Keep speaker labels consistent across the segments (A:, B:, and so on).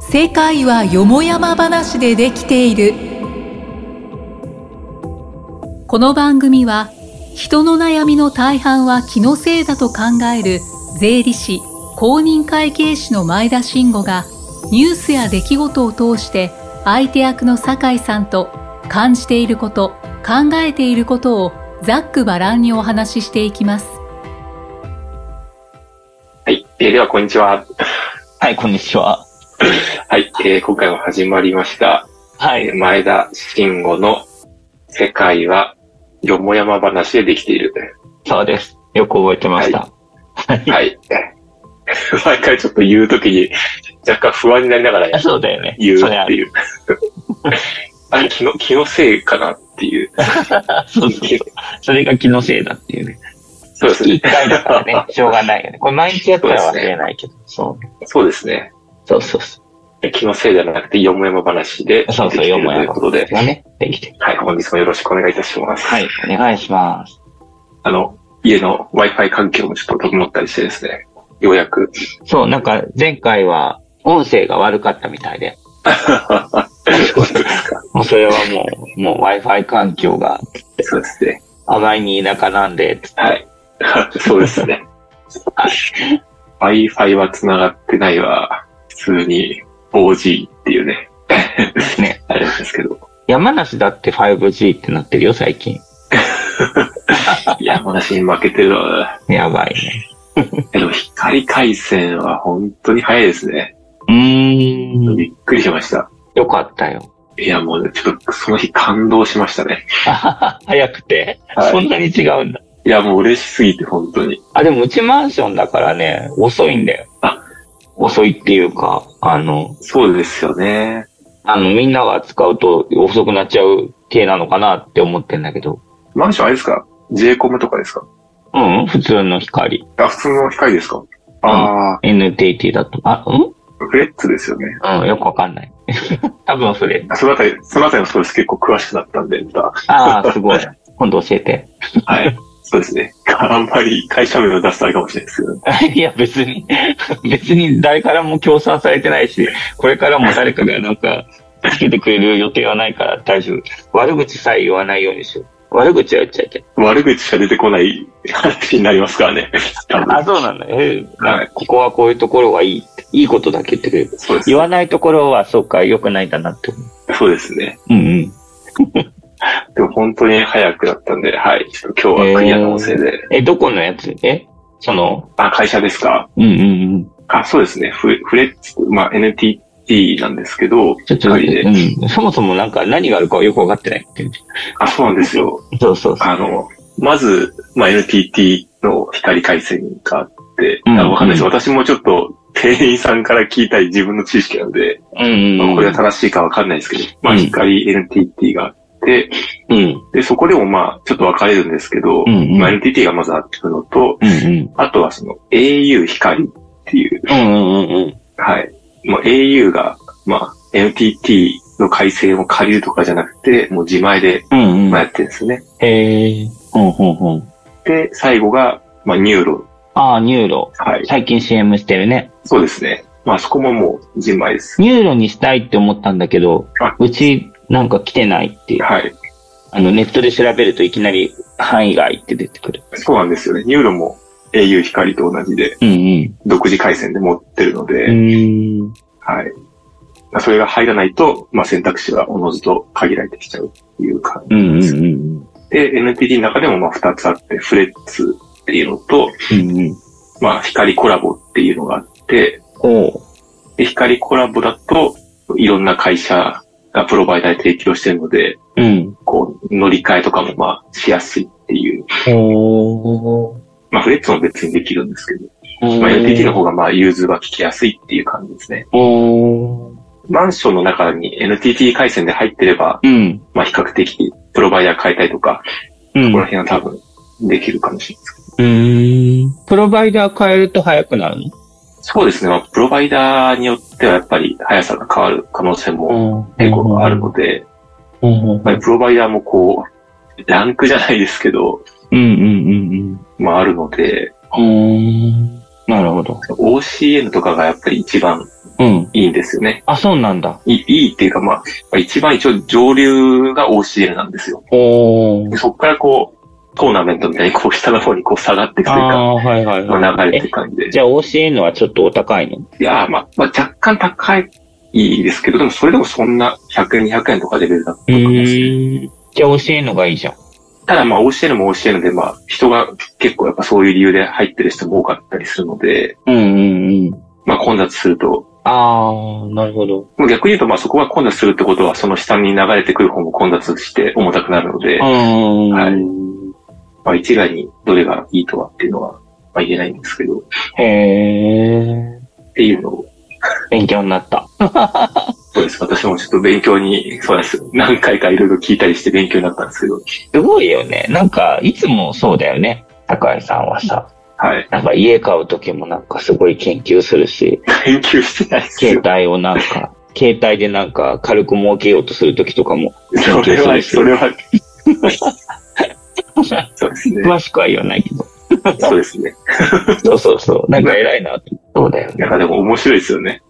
A: 世界はよもやま話でできているこの番組は人の悩みの大半は気のせいだと考える税理士公認会計士の前田慎吾がニュースや出来事を通して相手役の酒井さんと感じていること考えていることをざっくばらんにお話ししていきます
B: はい、えーではこんにちは。
C: はい、こんにちは。
B: はい、えー今回も始まりました。
C: は
B: え
C: い
B: ー。前田慎吾の世界はよもやま話でできている。
C: そうです。よく覚えてました。はい。
B: はい。 毎回ちょっと言うときに若干不安になりながら
C: そうだよね。
B: 言う
C: それ
B: っ
C: あ
B: てい
C: る。
B: う。あれ、気の、気のせいかなっていう。
C: そうそうそう。それが気のせいだっていうね。
B: そうです
C: 月
B: ね
C: 一。回だからね、 しょうがないよね。これ毎日やったら忘れないけど。そう,、
B: そうですね。
C: そうそうそ
B: 気のせいじゃなくて、よもやま話でで
C: う。そう
B: き
C: そ
B: て
C: う、
B: い
C: よ
B: るとい
C: もや
B: う
C: ま
B: ことで、
C: がね、できてる。
B: はい、本日もよろしくお願いいたします。
C: はい。お願いします。
B: あの、家の Wi-Fi 環境もちょっと整ったりしてですね、ようやく
C: そう、なんか前回は音声が悪かったみたい で。もうそれはもう、もう Wi-Fi 環境が
B: そうですね。
C: あまりに田舎なんで、つって
B: はい。 そうですね。Wi-Fi は繋がってないわ。普通に 4G っていうね。
C: ね。
B: あれなんですけど。
C: 山梨だって 5G ってなってるよ、最近。
B: 山梨に負けてるわ。
C: やばいね。
B: でも光回線は本当に早いですね。
C: うーん。
B: びっくりしました。
C: よかったよ。
B: いや、もうね、ちょっとその日感動しましたね。
C: あはは 早くて、
B: はい
C: そんなに違うんだ。
B: いや、もう嬉しすぎて本当に。
C: あ、でもうちマンションだからね、遅いんだよ。
B: あ
C: 遅いっていうか、あの、
B: そうですよね。
C: あの、みんなが使うと遅くなっちゃう系なのかなって思ってんだけど。
B: マンションあれですか j コムとかですか
C: うん、普通の光。
B: あ、普通の光ですかああ、
C: NTT だと。あ、うん
B: フレッツですよね。
C: うん、よくわかんない。 多分それ。
B: そのあたり、そのあたりのストレス結構詳しくなったんで、ま
C: ああ、すごい。 今度教えて。
B: た。はい。 そうですね。あんまり会社名を出すとあれかもしれないですけど、
C: いや、別に、別に誰からも協賛されてないし、これからも誰かがなんか、つけてくれる予定はないから大丈夫。悪口さえ言わないようにしよう。悪口は言っちゃいけない。
B: 悪口しか出てこない話になりますから ね。多分
C: あ、そうなんだ。え
B: はい
C: ここはこういうところはいいって。いいことだけ言ってくれる。
B: そうです
C: 言わないところは、そうか、良くないんだなって思う。
B: そうですね。
C: うんうん。
B: でも本当に早くだったんで、はい。ちょっと今日はクリアの音声で。
C: え、どこのやつえその、
B: あ、会社ですか
C: うんうんうん。
B: あ、そうですね。フフレッツ、まあ NTT なんですけど、
C: ちょっと、
B: 光で。
C: うん。そもそもなんか何があるかはよくわかってないっていう。
B: あ、そうなんですよ。
C: そうそうそう。
B: あの、まず、まあ NTT の光回線があって、
C: うん
B: あわかんないです。私もちょっと、店員さんから聞いたい自分の知識なんで、
C: うんうん
B: まあ
C: うん。
B: これが正しいかわかんないですけど、まあ、
C: うん
B: 光 NTT があって、
C: うん。
B: で、そこでもまあ、ちょっと分かれるんですけど、
C: うんうん
B: まあ、NTT がまずあるのと、
C: うんうん。
B: あとはその au 光っていう、
C: うんうんうんうん。
B: はい。もう au が、まあ、NTT の回線を借りるとかじゃなくて、もう自前で、
C: うんう
B: まあ、や
C: ん。
B: ってるんですね。
C: へえ。ほんほんほん。
B: で、最後が、まあ、ニューロ。
C: ああ、ニューロ。
B: はい。
C: 最近 CM してるね。
B: そうですね。まあ、そこももう自前です。
C: ニューロにしたいって思ったんだけど
B: あ、
C: うちなんか来てないっていう。
B: はい。
C: あの、ネットで調べるといきなり範囲外って出てくる。
B: そうなんですよね。ニューロも au 光と同じで、
C: うんうん。
B: 独自回線で持ってるので、
C: うーん。
B: はい。まあそれが入らないと、まあ、選択肢はおのずと限られてきちゃうっていう感
C: う
B: じ
C: んうん
B: で
C: う
B: す。
C: ん
B: で、NTT の中でもまあ2つあって、フレッツっていうのと、
C: うん。うんうん。
B: まあ、光コラボっていうのがあって、
C: おう。
B: で光コラボだと、いろんな会社がプロバイダーで提供してるので、
C: うん。
B: こう、乗り換えとかもまあ、しやすいっていう。
C: おー。
B: まあ、フレッツも別にできるんですけど、まあ、NTT の
C: お
B: 方がまあ、融通が効きやすいっていう感じですね。
C: おー。
B: マンションの中に NTT 回線で入ってれば、
C: うん。
B: まあ、比較的、プロバイダー変えたりとか、
C: う
B: ここ
C: ん
B: ら。辺は多分できるかもしれないですけど。
C: うーん。プロバイダー変えると早くなる
B: そうですね。まあ、プロバイダーによってはやっぱり速さが変わる可能性も
C: の
B: 結構あるので、
C: うんうん
B: やっぱりプロバイダーもこう、ランクじゃないですけど、
C: うんうんうん。
B: まああるので、
C: うーん。なるほど。
B: OCN とかがやっぱり一番
C: うん。
B: いいんですよね。
C: あ、そうなんだ。
B: いいいいっていうか、まあ、まあ一番一応上流が OCL なんですよ。
C: おー
B: で。そこからこう、トーナメントみたいにこう下の方にこう下がっていくというか、
C: ああー、はいはい
B: まあ、
C: は
B: 流
C: い。
B: れて
C: え
B: いく感じで。
C: じゃあ OCN はちょっとお高いの
B: いやー、まあ、まあ、若干高いですけど、でもそれでもそんな100円、200円とかレベルだったと
C: う
B: 思います。
C: ーん。じゃあ OCN がいいじゃん。
B: ただまあ OCN も OCN でまあ人が結構やっぱそういう理由で入ってる人も多かったりするので、
C: うんうんうん。
B: まあ混雑すると、
C: ああ、なるほど。
B: もう逆に言うとまあそこが混雑するってことはその下に流れてくる方も混雑して重たくなるので、
C: うんうんうん。
B: はいまあ一概にどれがいいとはっていうのはまあ言えないんですけど、っ
C: へえ。
B: ていうのを、
C: 勉強になった。
B: そうです。私もちょっと勉強に、そうなんです。何回かいろいろ聞いたりして勉強になったんですけど、
C: すごいよね。なんか、いつもそうだよね。高井さんはさ、
B: はい。
C: なんか家買う時もなんかすごい研究するし、
B: 研究してないです
C: 携
B: よ。
C: 帯をなん か、携帯でなんか軽く儲けようとする時とかも研
B: そ
C: 究
B: れ
C: する
B: は、
C: し
B: そ、れは。そうですね。
C: 詳しくは言わないけど。
B: そうですね。
C: そうそうそう。なんか偉いなと。そうだよね。
B: なんかでも面白いですよね。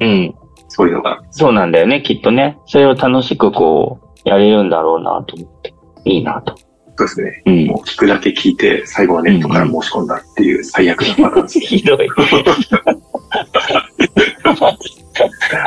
C: うん。
B: そういうのが。
C: そうなんだよね、きっとね。それを楽しくこう、やれるんだろうなと思って。いいなと。
B: そうですね。
C: うん。
B: もう聞くだけ聞いて、最後はネットから申し込んだっていう最悪なパターンですね。
C: ひどい。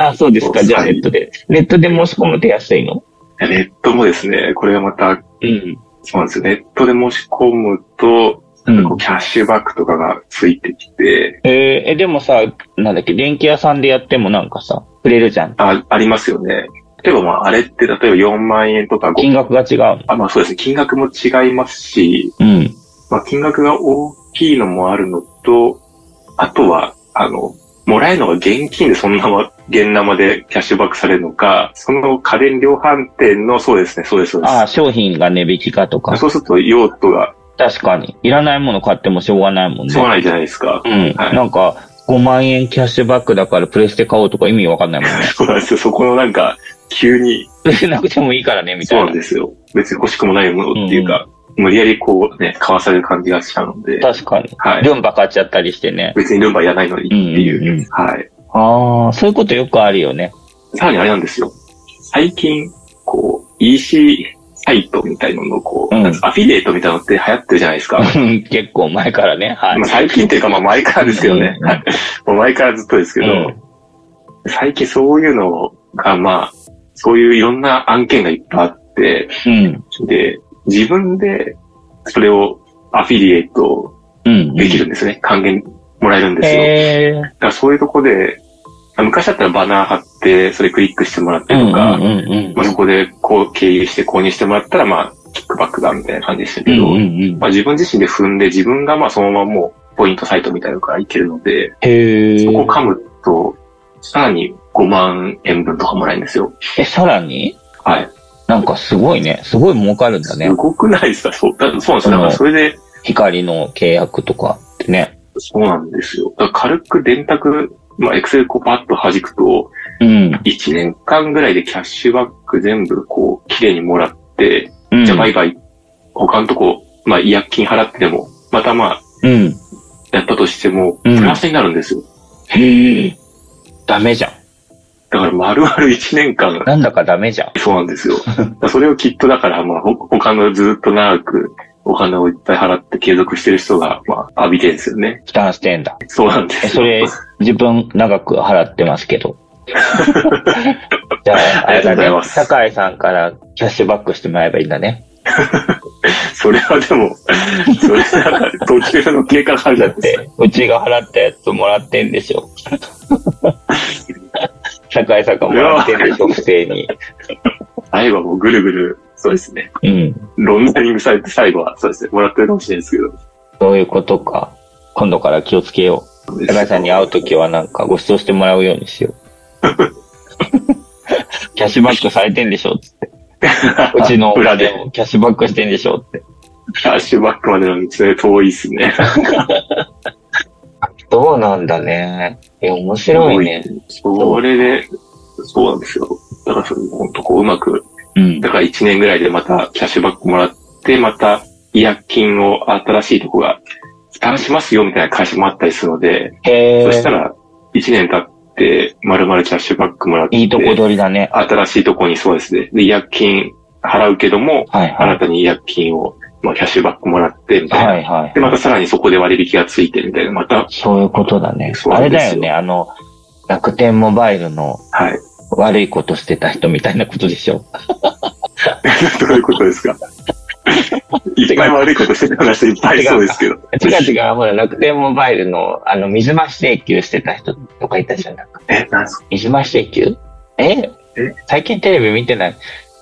C: あ、そうですか。じゃあネットで。ネットで申し込むと安いの
B: ネットもですね、これがまた、
C: うん。
B: そうなんですよ。ネットで申し込むと、
C: うん
B: こうキャッシュバックとかがついてきて、
C: えーえ、でもさ、なんだっけ、電気屋さんでやってもなんかさ、くれるじゃん。
B: あ、ありますよね。例えばまあ、あれって例えば4万円とか5
C: 金額が違うの。
B: あ、まあそうですね。金額も違いますし、
C: うん。
B: まあ金額が大きいのもあるのと、あとは、あの、もらえるのが現金でそのまま、現生でキャッシュバックされるのか、その家電量販店の、そうですね、そうです、そうで
C: ああ、商品が値引きかと
B: す。
C: か。
B: そうすると用途が
C: 確かに。いらないもの買ってもしょうがないもん
B: しょうが
C: ね。
B: ないじゃないですか。
C: うん。
B: はい
C: なんか、5万円キャッシュバックだからプレステ買おうとか意味わかんないもんね。
B: そうなんですよ。そこのなんか、急に、
C: プレステなくてもいいからね、みた
B: そう
C: い
B: な。
C: なん
B: ですよ。別に欲しくもないものっていうか、無理やりこうね、買わされる感じがしたので、
C: 確かに。
B: はい。
C: ルンバ買っちゃったりしてね。
B: 別にルンバいらないのにっていう。
C: うんうんうん
B: はい。
C: ああ、そういうことよくあるよね。
B: さらにあれなんですよ。最近、こう、EC サイトみたいなのをこう、
C: うん
B: アフィリエイトみたいなのって流行ってるじゃないですか。
C: うん結構前からね。はい。
B: まあ最近っていうか、まあ前からですよね。
C: うん
B: はいもう 前からずっとですけど、
C: うん
B: 最近そういうのが、まあ、そういういろんな案件がいっぱいあって、
C: うん。
B: で、自分でそれをアフィリエイト
C: うん。
B: できるんですね。還元もらえるんですよ。
C: へえ。
B: だからそういうとこで、昔だったらバナー貼って、それクリックしてもらって
C: うん
B: と
C: う
B: か、
C: んうん
B: まあ、そこでこう経由して購入してもらったら、まあ、キックバックだみたいな感じでした
C: うん。う
B: けど、
C: んうんうん。
B: まあ、自分自身で踏んで、自分がまあそのままもうポイントサイトみたいなのからいけるので、
C: へえ。
B: そこを噛むと、さらに5万円分とかもらえるんですよ。
C: え、さらに
B: はい。
C: なんかすごいね。すごい儲かるんだね
B: す。ごくないですかそうだそうなんですよ。だからそれで、
C: 光の契約とかってね。
B: そうなんですよ。だから軽く電卓、まあ、エクセルこうパッと弾くと、
C: うん。
B: 1年間ぐらいでキャッシュバック全部こう、綺麗にもらって、
C: うん
B: じゃあバイバイ、他のとこ、まあ、違約金払ってでも、またまあ、
C: うん。
B: やったとしても、
C: うん
B: プラスになるんですよ。
C: へえ。ダメじゃん。
B: だから丸々1年間、
C: なんだかダメじゃん。
B: そうなん ですよ。だからそれをきっとだから、まあ、ほ他のずっと長くお金をいっぱい払って継続してる人が、まあ、浴びてるんですよね。
C: 負担してんだ。
B: そうなんで
C: え、
B: す
C: そ
B: よ。
C: れ、自分長く払ってますけど。じゃあ、あ れ
B: ありがと
C: だ
B: うござい
C: ね
B: ま。す
C: 酒井さんからキャッシュバックしてもらえばいいんだね。
B: それはでも、それはなんか途中の経過があるじゃ
C: だ
B: ない
C: っ
B: ですか。
C: て、うちが払ったやつもらってん でしょ。酒井さんがもらってんでしょ、不正に。
B: 会えばもうぐるぐる、そうですね。
C: うん。
B: ロンダリングされて最後は、そうですね。もらってるかもしれないですけど。
C: そういうことか。今度から気をつけよう。酒井さんに会うときはなんかご馳走してもらうようにしよ う。キャッシュバックされてんでしょつ って。うちの
B: 裏で。
C: キャッシュバックしてんでしょって。
B: キャッシュバックまでの道のり遠いですね。
C: どうなんだね。え、面白いね。
B: それで、そうなんですよ。だからそれ、ほんとこう、うまく、
C: うん。
B: だから1年ぐらいでまたキャッシュバックもらって、また違約金を新しいとこが負担しますよみたいな会社もあったりするので、
C: へ
B: そし
C: え
B: た。ら1年経っって、まるまるキャッシュバックもらって、
C: いいとこ取りだね。
B: 新しいとこにそうですね。で、違約金払うけども、
C: はい
B: あ
C: は。
B: ないたに違約金を、まあ、キャッシュバックもらって、みたいな。
C: はいはい
B: で、。またさらにそこで割引がついて、みたいな。また、
C: そういうことだね。
B: そう
C: あ
B: な
C: れ
B: んですよ
C: だよね、あの、楽天モバイルの
B: はい。
C: 悪いことしてた人みたいなことでしょ。
B: どういうことです かいっぱい悪いことしてる話いっぱいそうですけど。
C: 違う違う、ほら、楽天モバイルの、あの、水増し請求してた人とかいたじゃん。なんか
B: え、なんすか
C: 水増し請求え
B: え
C: 最近テレビ見てない。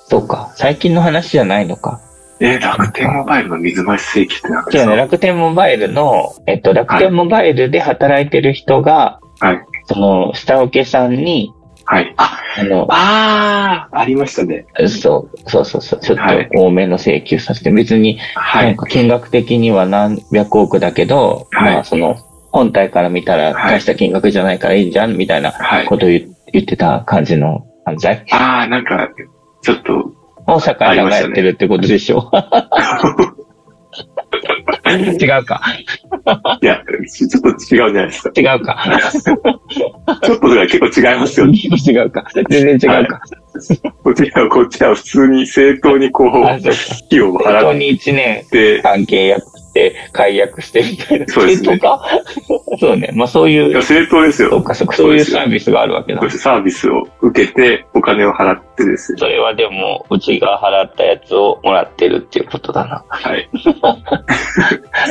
C: そうか、最近の話じゃないのか。
B: え、楽天モバイルの水増し請求ってなんか
C: 違うね、楽天モバイルの、えっと、楽天モバイルで働いてる人が、
B: はい
C: その、下請けさんに、
B: はい。あ、
C: あの、
B: あー、ありましたね。
C: そう、そうそうそう、ちょっ
B: はい
C: と多めの請求させて、別に、
B: は
C: なん
B: い。
C: か金額的には何百億だけど、
B: はい
C: まあその、本体から見たら
B: はい
C: 大した金額じゃないからいいじゃん、みたいな
B: はい。
C: ことを言言ってた感じの犯罪
B: あー、なんか、ちょっと、
C: を社会がやってるってことでしょ 違うか、
B: いや、ちょっと違うじゃないですか。
C: 違うか、
B: ちょっとだから結構違いますよね。
C: 違うか、全然違うか。
B: こっちは、こっちは普通に正当にこう、
C: あそ
B: 費
C: うか
B: 用を
C: 本当
B: 払っ
C: に1年
B: て、
C: 間契約して、解約してみたいな。
B: そうですね
C: とか そうね、まあそうい
B: いうや、、正当です
C: そ
B: よ
C: う。か、そうかそういうサービスがあるわけだ
B: こう。してサービスを受けて、お金を払ってですね。
C: それはでも、うちが払ったやつをもらってるっていうことだな。
B: はい。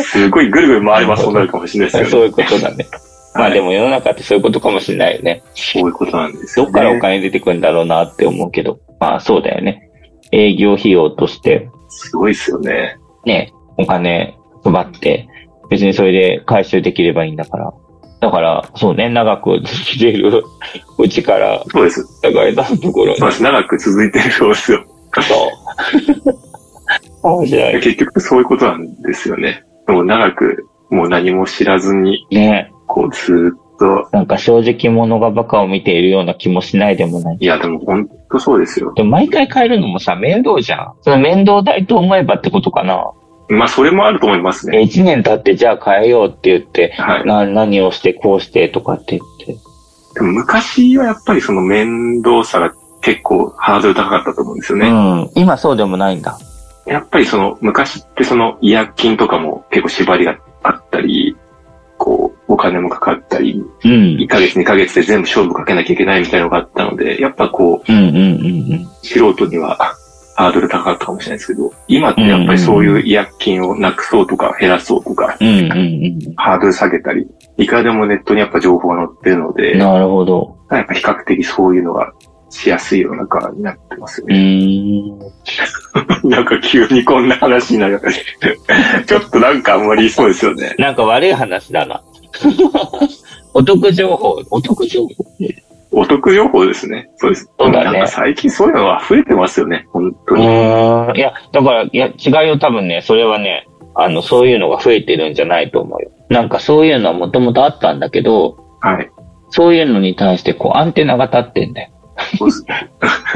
B: すごいぐるぐる回りますそうなるかもしれないです
C: そ
B: よ
C: う
B: ね。
C: いうことだね。まあでも世の中ってそういうことかもしれないよね。
B: そういうことなんです
C: ど
B: よ、
C: っ
B: ね。
C: からお金出てくるんだろうなって思うけど。まあそうだよね。営業費用として、
B: すごいですよね。
C: ね、お金配って、別にそれで回収できればいいんだから。だから、そうね、長く続けている うちから、
B: そうです。
C: 高井さんのところ に
B: そうです。長く続いてるそうですよ。
C: そう。面白い。
B: 結局そういうことなんですよね。もう長く、もう何も知らずに、
C: ね
B: こうずーっと、
C: なんか正直者がバカを見ているような気もしないでもない。
B: いや、でも本当そうですよ。
C: でも毎回変えるのもさ、面倒じゃん。その面倒代と思えばってことかな。
B: まあ、それもあると思いますね。
C: 1年経ってじゃあ変えようって言って、
B: はい。
C: な何をしてこうしてとかって言って。
B: でも昔はやっぱりその面倒さが結構ハードル高かったと思うんですよ
C: う
B: ね。
C: ん。今そうでもないんだ。
B: やっぱりその昔ってその違約金とかも結構縛りがあったり、こう、お金もかかったり、
C: うん。
B: 1ヶ月2ヶ月で全部勝負かけなきゃいけないみたいなのがあったので、やっぱこ
C: うんうんうんうん。
B: う、素人にはハードル高かったかもしれないですけど、今ってやっぱりそういう違約金をなくそうとか減らそうとか、
C: うんうん
B: ハードル下げたり、いくらでもネットにやっぱ情報が載ってるの
C: うん。
B: で、
C: なるほど。
B: やっぱ比較的そういうのがしやすい世の中になってますよ
C: う
B: ね。
C: ー ん。
B: なんか急にこんな話になる。 ちょっとなんかあんまりそうですよね。
C: なんか悪い話だな。 お得情報。お得情報
B: お得情報ですね。そうです。
C: そうだね
B: なんか最近そういうのは溢れてますよね。本当
C: う
B: に。
C: ーん。いや、だから、いや、違いを多分ね、それはね、あの、そういうのが増えてるんじゃないと思うよ。なんかそういうのはもともとあったんだけど、
B: はい。
C: そういうのに対してこうアンテナが立ってんだ よ。
B: そうですね。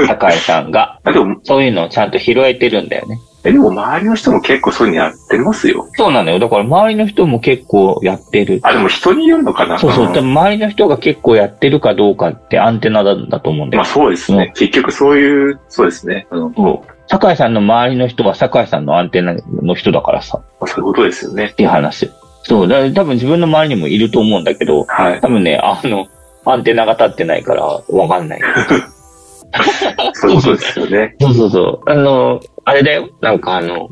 C: 高井さんが。
B: あでも、
C: そういうのをちゃんと拾えてるんだよね。
B: えでも周りの人も結構そういうのやってますよ。
C: そうなのよ。だから周りの人も結構やってる。
B: あ、でも人によるのかな。
C: そうそう。
B: ん
C: 多分周りの人が結構やってるかどうかってアンテナなんだと思うんだ
B: ま
C: よ
B: あ。そうですね。結局そういう、そうですね。あの、も
C: 高井さんの周りの人は高井さんのアンテナの人だからさ。
B: うそういうことですよね
C: っ。ていう話。そう。だから多分自分の周りにもいると思うんだけど、
B: はい。
C: 多分ね、あの、アンテナが立ってないからわかんない。
B: そういうことですよね。
C: そうそうそう。あの、あれだよ。なんかあの、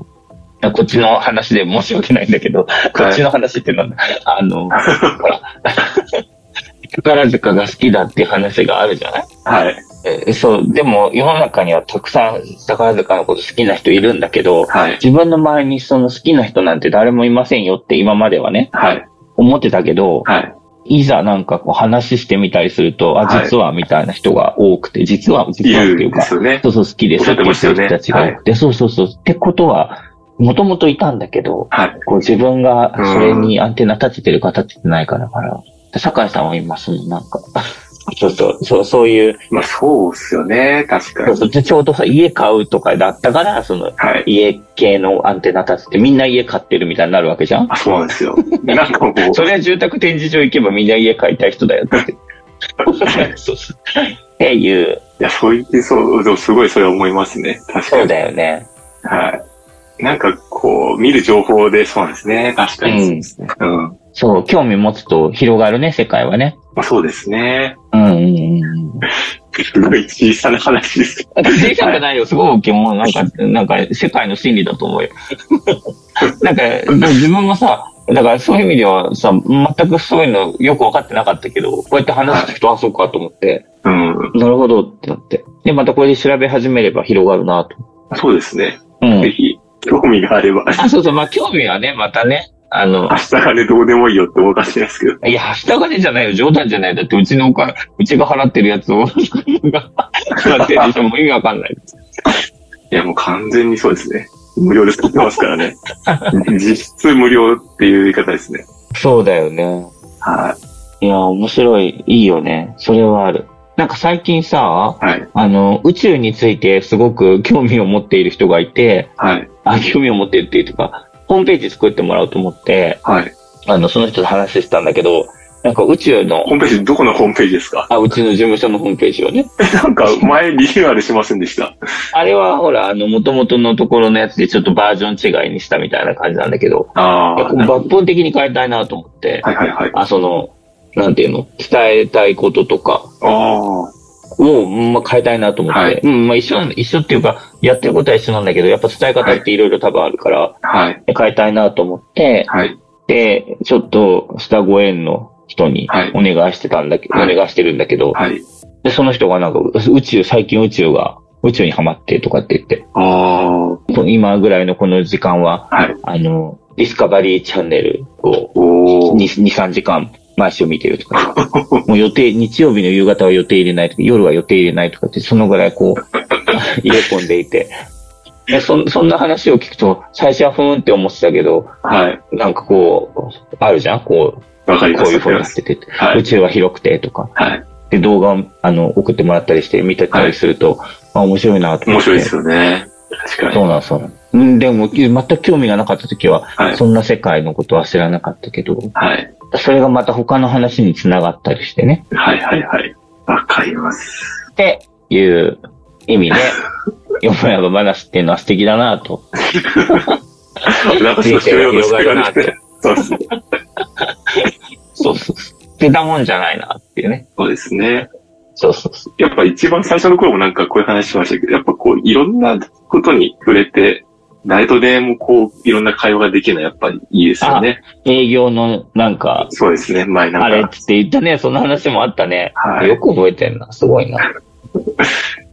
C: こっちの話で申し訳ないんだけど、こっちの話ってなんだ。あの、ほら、宝塚が好きだっていう話があるじゃない
B: はい。
C: えそう、でも世の中にはたくさん宝塚のこと好きな人いるんだけど、
B: はい。
C: 自分の周りにその好きな人なんて誰もいませんよって今まではね、
B: はい。
C: 思ってたけど、
B: はい。
C: いざなんかこう話してみたりすると、
B: は
C: あ、
B: い
C: 実はみたいな人が多くて、実は、実はっ
B: 言
C: ていううん
B: で
C: か、
B: すよね。
C: そうそう、好きで
B: おっし
C: す
B: ゃ
C: っ
B: って
C: て
B: ましたよ
C: 人
B: ね
C: たちが多くて、そうそうそう。ってことは、もともといたんだけど、
B: はい。
C: こう自分がそれにアンテナ立ててるか立ててないかだから、で酒井さんは今、そのなんか、 そうそう、そう、そういう、
B: まあそうですよね。確か
C: そう
B: に。
C: そうでちょうどさ、家買うとかだったから、その、
B: はい。
C: 家系のアンテナ立てて、みんな家買ってるみたいになるわけじゃん
B: あ、そうなんですよ。なんかもう、
C: それは住宅展示場行けばみんな家買いたい人だよって。そうそうっていう、
B: いや、そう言ってそう、でもすごいそれ思いますね。確か
C: そう
B: に。
C: だよね。
B: はい。なんかこう、見る情報でそうなんですね。確かに。うん。ま
C: そう、興味持つと広がるね、世界はね。
B: あ、そうです ね。
C: うんうんうんうん。
B: すごい小さな話です。
C: 小さくないよ、すごい大きいもうなんか、なんか、世界の真理だと思うよ。なんか、でも自分もさ、だからそういう意味ではさ、全くそういうのよく分かってなかったけど、こうやって話す人、あ、そうかと思って、
B: うん。
C: なるほどってなって。で、またこれで調べ始めれば広がるなと。
B: そうですね。
C: う
B: ぜ
C: ん。
B: ひ、興味があれば、
C: あ、 そうそう、まあ興味はね、またね、あの
B: 明、日がね、どうでもいいよっておかしいですけど。
C: いや、明日金じゃないよ、冗談じゃないよ。だってうちのおか、うちが払ってるやつを、 が払ってる人もう意味わかんない。
B: いや、もう完全にそうですね。無料で作ってますから ね。実質無料っていう言い方ですね。
C: そうだよね。
B: はい
C: や、面白い。いいよね。それはある。なんか最近さ、
B: い。はい。
C: あの、宇宙についてすごく興味を持っている人がいて、
B: はい。
C: あ、興味を持っているっていうか、ホームページ作ってもらおうと思って、
B: はい。
C: あの、その人と話してたんだけど、なんか宇宙の
B: ホー、ムページ、どこのホームページですか
C: あ、うちの事務所のホームページをね。
B: なんか、前リニューアルしませんでした。
C: あれはほら、あの、元々のところのやつでちょっとバージョン違いにしたみたいな感じなんだけど、
B: あ
C: いや
B: あ。
C: こう抜本的に変えたいなと思って、
B: はいはいはい。
C: あ、その、なんていうの、伝えたいこととか、
B: あ
C: を、まあ、変えたいなと思って、
B: はい
C: うん、まあ、一緒なん、一緒っていうか、やってることは一緒なんだけど、やっぱ伝え方っていろいろ多分あるから、
B: あ。はい。
C: 変えたいなと思って、
B: はい。
C: で、ちょっと、スタご縁の人に
B: はい
C: お願いしてたんだけど、
B: はい
C: お願いしてるんだけど、
B: はい。
C: で、その人がなんか、宇宙、最近宇宙が、宇宙にハマってとかって言って、
B: ああ。は
C: こ今ぐらいのこの時間は、
B: い。
C: あの、ディスカバリーチャンネルを
B: おー。
C: 2、2 3時間毎週見てる とか、もう予定、日曜日の夕方は予定入れないとか、夜は予定入れないとかって、そのぐらいこう、 入れ込んでいて。でそそんな話を聞くと、最初はふーんって思ってたけど、
B: はい。
C: なんかこう、あるじゃんこう、
B: わかりま
C: こう
B: す。
C: いう
B: わかりま
C: 風になっ
B: す
C: てて、
B: は
C: 宇
B: い。
C: 宙は広くてとか、
B: はい。
C: で動画をあの送ってもらったりして見てたりすると、あ面白いなと思
B: 面
C: って。
B: 白いですよね。確かに。
C: そうなんそうなんうん。でも、全く興味がなかった時は、
B: はい。
C: そんな世界のことは知らなかったけど、
B: はい。
C: それがまた他の話につながったりしてね。
B: はいはいはい。わかります。
C: っていう 意味で、よもやま話っていうのは素敵だなと。
B: なんかそうしようとして
C: 人生が広がる
B: る。そうですね。
C: そうそうそう。捨てたもんじゃないなっていうね。
B: そうですね。
C: そうそうそう。
B: やっぱ一番最初の頃もなんかこういう話しましたけど、やっぱこういろんなことに触れて、誰とでもこういろんな会話ができるのはやっぱりいいですよね。
C: 営業のなんか、
B: そうですね。前な
C: あれ
B: んか。
C: っつって言ったね、その話もあったね。
B: はい
C: よく覚えてんな。すごいな。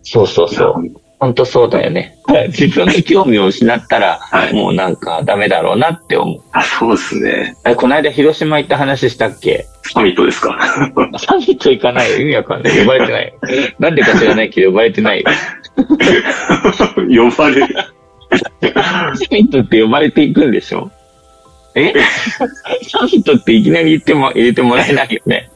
C: そうそうそう。ほんとそうだよね。自分の興味を失ったら、
B: はい。
C: もうなんかダメだろうなって思う。
B: あ、そうですね。
C: あれこの間広島行った話したっけ
B: サミットですか。
C: サミット行かないよ。意味わかんない。呼ばれて ないよ。なんでか知らないけど呼ばれてないよ。
B: 呼ばれる。
C: サミットって呼ばれていくんでしょえサミットっていきなり言っても、入れてもらえないよね。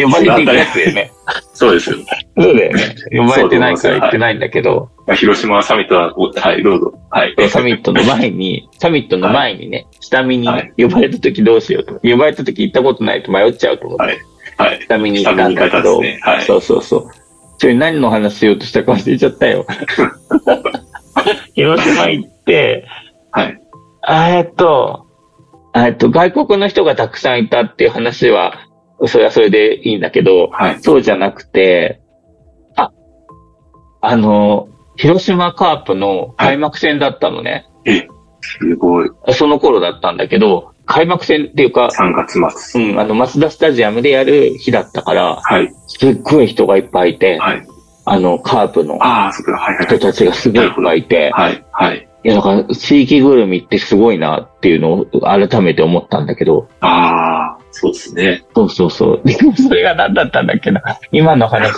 C: 呼ばれていくやつだよね。
B: そうですよ。
C: そうだよね。呼ばれてないから言ってないんだけど、
B: 広島サミットは、おはい、どうぞ。はい。
C: サミットの前に、サミットの前にね、下見にね
B: はい
C: 呼ばれた時どうしようと。呼ばれた時行ったことないと迷っちゃうと思って、
B: はいはい。
C: 下見に行ったんだけ
B: 下
C: ど、
B: 見に行ったんですねはい
C: そうそうそう。それ何の話しようとしたか忘れちゃったよ。広島行って、
B: はい。
C: えーっと、えーっと、外国の人がたくさんいたっていう話は、それはそれでいいんだけど、
B: はい。
C: そうじゃなくて、あ、あの、広島カープの開幕戦だったのね。
B: すごい。
C: その頃だったんだけど、開幕戦っていうか、
B: 3月
C: う
B: 末。
C: ん、あの、マツダスタジアムでやる日だったから、
B: はい。
C: すっごい人がいっぱいいて、
B: はい。
C: あの、カープの
B: ああ、そっか。はいはい
C: 人たちがすごいいっぱいいて、
B: はい。はい。
C: いや、だから、地域ぐるみってすごいなっていうのを改めて思ったんだけど、
B: ああ、そうですね。
C: そうそうそう。 でもそれが何だったんだっけな。今の話。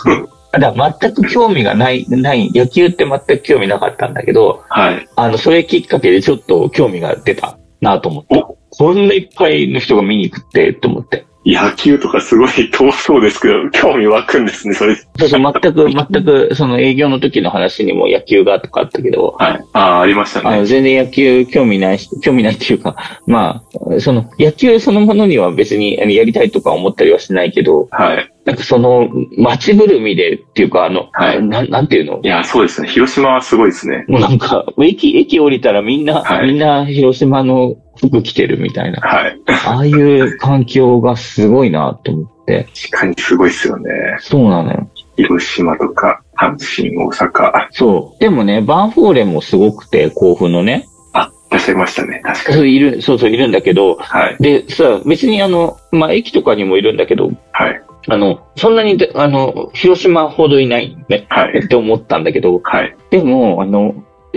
C: だから全く興味がない、ない、野球って全く興味なかったんだけど、
B: はい。
C: あの、それきっかけでちょっと興味が出たなと思って
B: お。
C: こんないっぱいの人が見に行くって、と思って。
B: い野球とかすごい遠そうですけど、興味湧くんですね、それ。
C: そうそう、全く、全く、その営業の時の話にも野球がとかあったけど、
B: はい。ああ、ありました
C: あの、
B: ね。
C: 全然野球興味ないし、興味ないっていうか、 まあ、その、野球そのものには別にあのやりたいとか思ったりはしないけど、
B: はい。
C: なんかその、街ぐるみでっていうか、あの、
B: はい
C: ななんていうの
B: いや、そうですね。広島はすごいですね。
C: もうなんか、駅、駅降りたらみんな、
B: はい
C: みんな広島の服着てるみたいな、
B: はい。
C: ああいう環境がすごいなと思って、
B: 確かにすごいですよね。
C: そうなのよ。
B: 広島とか、阪神、大阪。
C: そう。でもね、バンフォーレもすごくて、甲府のね、
B: あ、いらっしゃいましたね。確かに。
C: そういる、そうそういるんだけど、
B: はい。
C: で、さ、別にあの、まあ、駅とかにもいるんだけど、
B: はい。
C: あの、そんなにで、あの、広島ほどいないね、
B: はい。
C: って思ったんだけど、
B: はい。
C: でも、あの、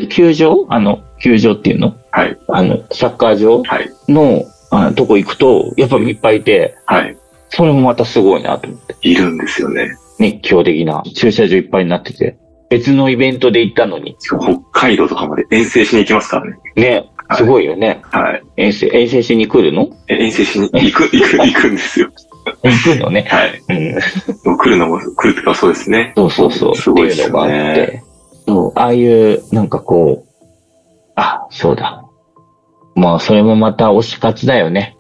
C: 球場あの、球場っていうの
B: はい。
C: あの、サッカー場
B: はい。
C: の、あのとこ行くと、やっぱいっぱいいて、
B: はい。
C: それもまたすごいなと思って。
B: いるんですよね。
C: 熱狂的な駐車場いっぱいになってて。別のイベントで行ったのに。
B: しかも北海道とかまで遠征しに行きますからね。
C: ね、
B: はい
C: すごいよね。
B: はい。
C: 遠征、遠征しに来る の
B: え遠征しに行く、行く、行くんですよ。
C: 行くのね。
B: はい。
C: うん。
B: もう来るのも、来るとかそうですね。
C: そうそうそう。
B: すごいっ
C: って
B: す
C: い
B: よ
C: うのがあっ
B: ね。
C: て。そう、ああいう、なんかこう、あ、そうだ。まあ、それもまた推し活だ よね。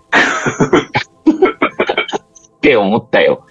C: って思ったよ。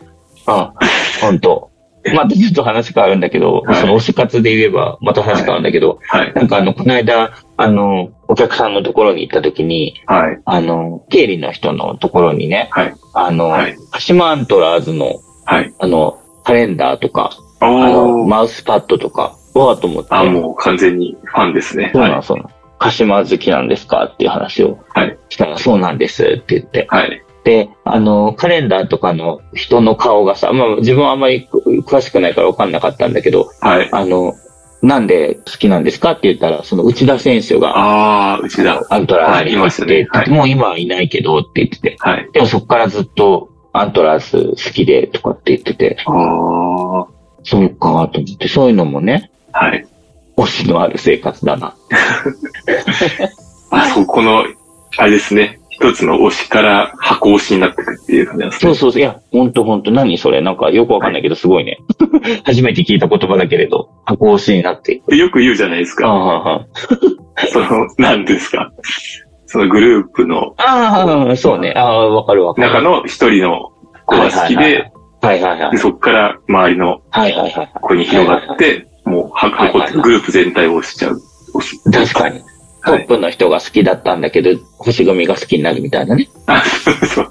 C: あ、ほんと。またちょっと話変わるんだけど、
B: はい
C: その推し活で言えば、また話変わるんだけど、
B: はい。
C: なんかあの、この間、あの、お客さんのところに行った時に、
B: はい。
C: あの、経理の人のところにね、
B: はい
C: あの、
B: はい
C: 鹿島アントラーズの、
B: はい。
C: あの、カレンダーとか、あの、
B: おー。
C: マウスパッドとか、わーと思って。
B: あ、もう完全にファンですね。
C: そう
B: は
C: なん
B: い。
C: そうなん。鹿島好きなんですかっていう話を
B: はい
C: したら、そうなんですって言って。
B: はい。
C: で、あの、カレンダーとかの人の顔がさ、まあ自分はあんまり詳しくないから分かんなかったんだけど、
B: はい。
C: あの、なんで好きなんですかって言ったら、その内田選手が、
B: あー、うちだ。
C: アントラーズに
B: はいいましたね
C: 行って
B: はい
C: もう今はいないけどって言ってて、
B: はい。
C: でもそっからずっとアントラーズ好きでとかって言ってて、
B: あー。
C: そうかと思って、そういうのもね、
B: はい。
C: 推しのある生活だな。
B: あそこの、あれですね。一つの推しから箱推しになってくっていう感じなんです
C: そ
B: ね
C: う。そうそう。いや、ほんとほんと。何それなんかよくわかんないけど、すごいね。 初めて聞いた言葉だけれど、箱推しになっていく。
B: でよく言うじゃないです
C: あ
B: か。
C: あ、
B: その、なんですか。そのグループの
C: ああ、そうね。ああ、わかるわかる。
B: 中の一人の子が好きで、
C: はいはいはい
B: で。そこから周りの
C: はいはいはい。
B: 子に広がって、もう箱
C: はいはいはい
B: グループ全体を押しちゃう。押し
C: 確かに。ト
B: は
C: ッ
B: い。
C: プの人が好きだったんだけど、星組が好きになるみたいなね。
B: あ、 そうそう。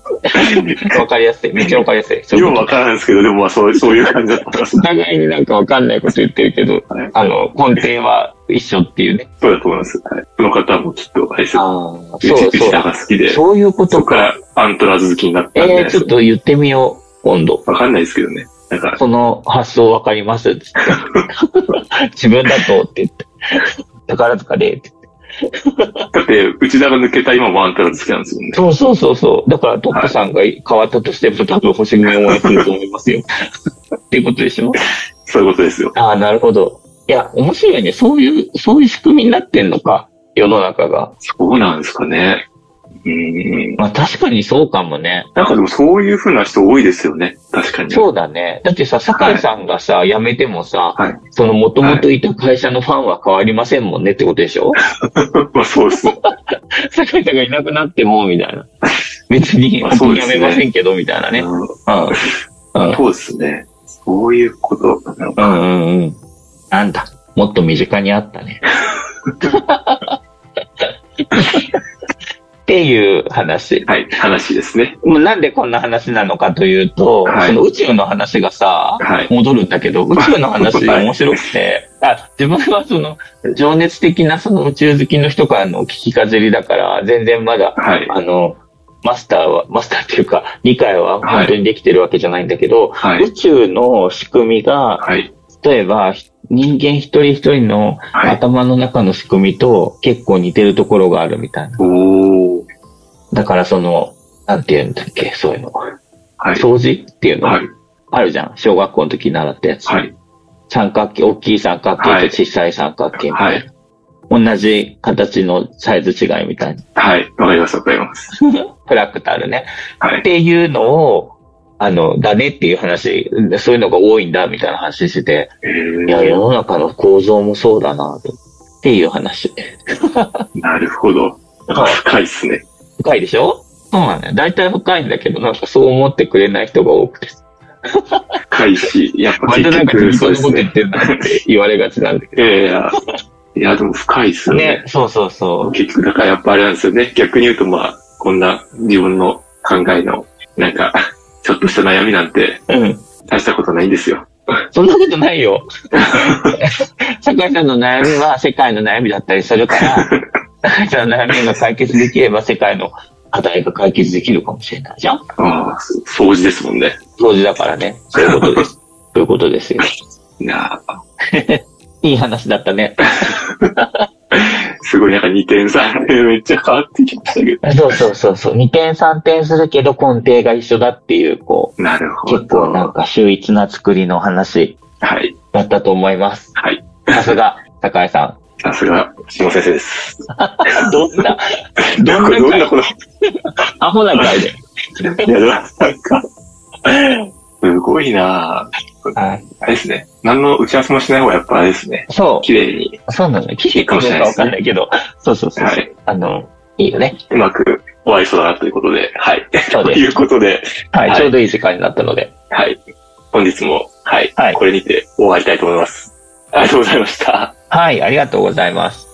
C: わかりやすい。めっちゃわかりやすい。そういう
B: よう
C: こと
B: わからないんですけど、でもまあそうそういう感じだったら、そ
C: お互いになんかわかんないこと言ってるけど
B: はい、
C: あの、根底は一緒っていうね。
B: うだと思います。はい。この方もきっと、あれですよ
C: ああ、
B: う
C: そう
B: ち
C: そう
B: うち。らが好きで、そ
C: そういうこと
B: こか
C: か。
B: らアントラーズ好きになったんじゃない
C: ええ、
B: で
C: ちょ
B: す
C: っ
B: か。
C: と言ってみよう、今度。
B: わかんないですけどね。なんか、
C: その発想わかりますって言って。自分だとって言って。宝塚でって。
B: だって、内田が抜けた今もアントラーズ好きなんですよね。
C: そうそうそうそう。だからトップさんが変わったとしても、多分星組を応援すると思いますよ。っていうことでしょ
B: そういうことですよ。
C: ああ、なるほど。いや、面白いね。そういう、そういう仕組みになってんのか。世の中が。
B: そうなんですかね。うん。
C: まあ確かにそうかもね。
B: なんかでもそういう風な人多いですよね。確かに。
C: そうだね。だってさ、酒井さんがさ、辞めてもさ、
B: はい
C: その元々いた会社のファンは変わりませんもんねってことでしょ
B: まあそうですね。
C: 坂井さんがいなくなっても、みたいな。 別に、
B: まあそう
C: 僕
B: で
C: や
B: すね
C: めませんけど、みたいなね。
B: うん
C: うん。うん
B: そうですね。そういうことなのか。
C: うんうんうん。なんだ。もっと身近にあったね。っていう話。
B: はい、話ですね。
C: もうなんでこんな話なのかというと、
B: はい
C: その宇宙の話がさ、
B: はい
C: 戻るんだけど、宇宙の話
B: はい
C: 面白くて、 あ、自分はその、情熱的なその宇宙好きの人からの聞きかじりだから、全然まだ
B: はい。
C: あの、マスターは、マスターっていうか、理解は本当にできてるわけじゃないんだけど、
B: はい
C: 宇。宙の仕組みが、
B: はい。
C: 例えば、人間一人一人の
B: はい。
C: 頭の中の仕組みと結構似てるところがあるみたいな。
B: おー。
C: だからその、なんて言うんだっけ、そういうの。
B: はい。
C: 掃除っていうの、
B: はい。
C: あるじゃん。小学校の時に習ったやつ。
B: はい。
C: 三角形、大きい三角
B: は
C: 形
B: い
C: と小さい三角形み
B: は
C: たいな。
B: い
C: 同じ形のサイズ違いみたいな。
B: はい。わかります、わかります。
C: フラクタルね。
B: は
C: っ
B: い。
C: ていうのを、あの、だねっていう話、そういうのが多いんだみたいな話してて、
B: え
C: いや、世
B: ー、
C: の中の構造もそうだなと。っていう話。
B: なるほど。深いっすね。
C: 深いでしょそうなんだよ。大体深いんだけど、なんかそう思ってくれない人が多くて。
B: 深いし、やっぱ
C: また
B: 結
C: なんか
B: 局、
C: 適当
B: そう
C: な
B: で
C: こ
B: すね
C: と言っ。てんだって言われがちなんだけ
B: いやいや、いや、でも深いっす
C: ど。
B: よ
C: ね
B: ね。、
C: そうそうそう。
B: 結局、だからやっぱあれなんですよね。逆に言うと、まあ、こんな自分の考えの、なんか、ちょっとした悩みなんて、
C: うん。
B: 大したことないんですよ。
C: そんなことないよ。 坂井さんの悩みは世界の悩みだったりするから、 坂井さんの悩みが解決できれば世界の課題が解決できるかもしれないじゃん
B: ああ、掃除ですもんね。
C: 当時だからね。そういうこと です。そういうことですよ。
B: いやー
C: いい話だったね。
B: すごいなんか2点3点 めっちゃ変わってきましたけど。
C: そうそうそうそう。二点三点するけど根底が一緒だっていう、こ
B: なる
C: う、
B: ほど。
C: 結構なんか秀逸な作りの話
B: はい。
C: だったと思います。
B: はい。
C: さすが、高井さ
B: さすが、下先生です。
C: ん。どんな、
B: どん
C: どん
B: な、どん
C: な
B: な
C: 回、
B: こ
C: アホな回で。
B: と、いや、なんか、すごいなぁ
C: はい。
B: あれですね。何の打ち合わせもしない方がやっぱあれですね。
C: そう。
B: 綺麗に、
C: そうなの。聞いてくるのかわかんないけど。そうそうそう。
B: はい
C: あの、いいよね。
B: うまくお会いそうだなということで、はい。
C: そう
B: と
C: で
B: い
C: す。
B: うことで、
C: はい。
B: はい
C: ちょうどいい時間になったので。
B: はい。本日も、はい。
C: はい
B: これにて終わりたいと思います。ありがとうございました。
C: はい。ありがとうございます。